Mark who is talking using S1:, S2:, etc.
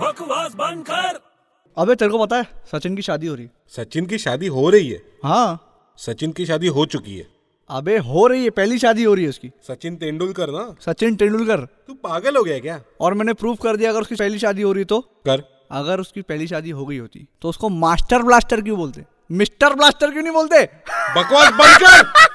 S1: बकवास बंद कर
S2: अबे तेरे को पता है सचिन की शादी हो रही है।
S3: सचिन की शादी हो रही है
S2: हाँ
S3: सचिन की शादी हो चुकी है
S2: अबे हो रही है पहली शादी हो रही है उसकी
S3: सचिन तेंदुलकर ना
S2: सचिन तेंदुलकर
S3: तू पागल हो गया क्या
S2: और मैंने प्रूव कर दिया अगर उसकी पहली शादी हो रही तो
S3: कर
S2: अगर उसकी पहली शादी हो गई होती तो उसको मास्टर ब्लास्टर क्यों बोलते मिस्टर ब्लास्टर क्यों नहीं बोलते
S3: बकवास बंद कर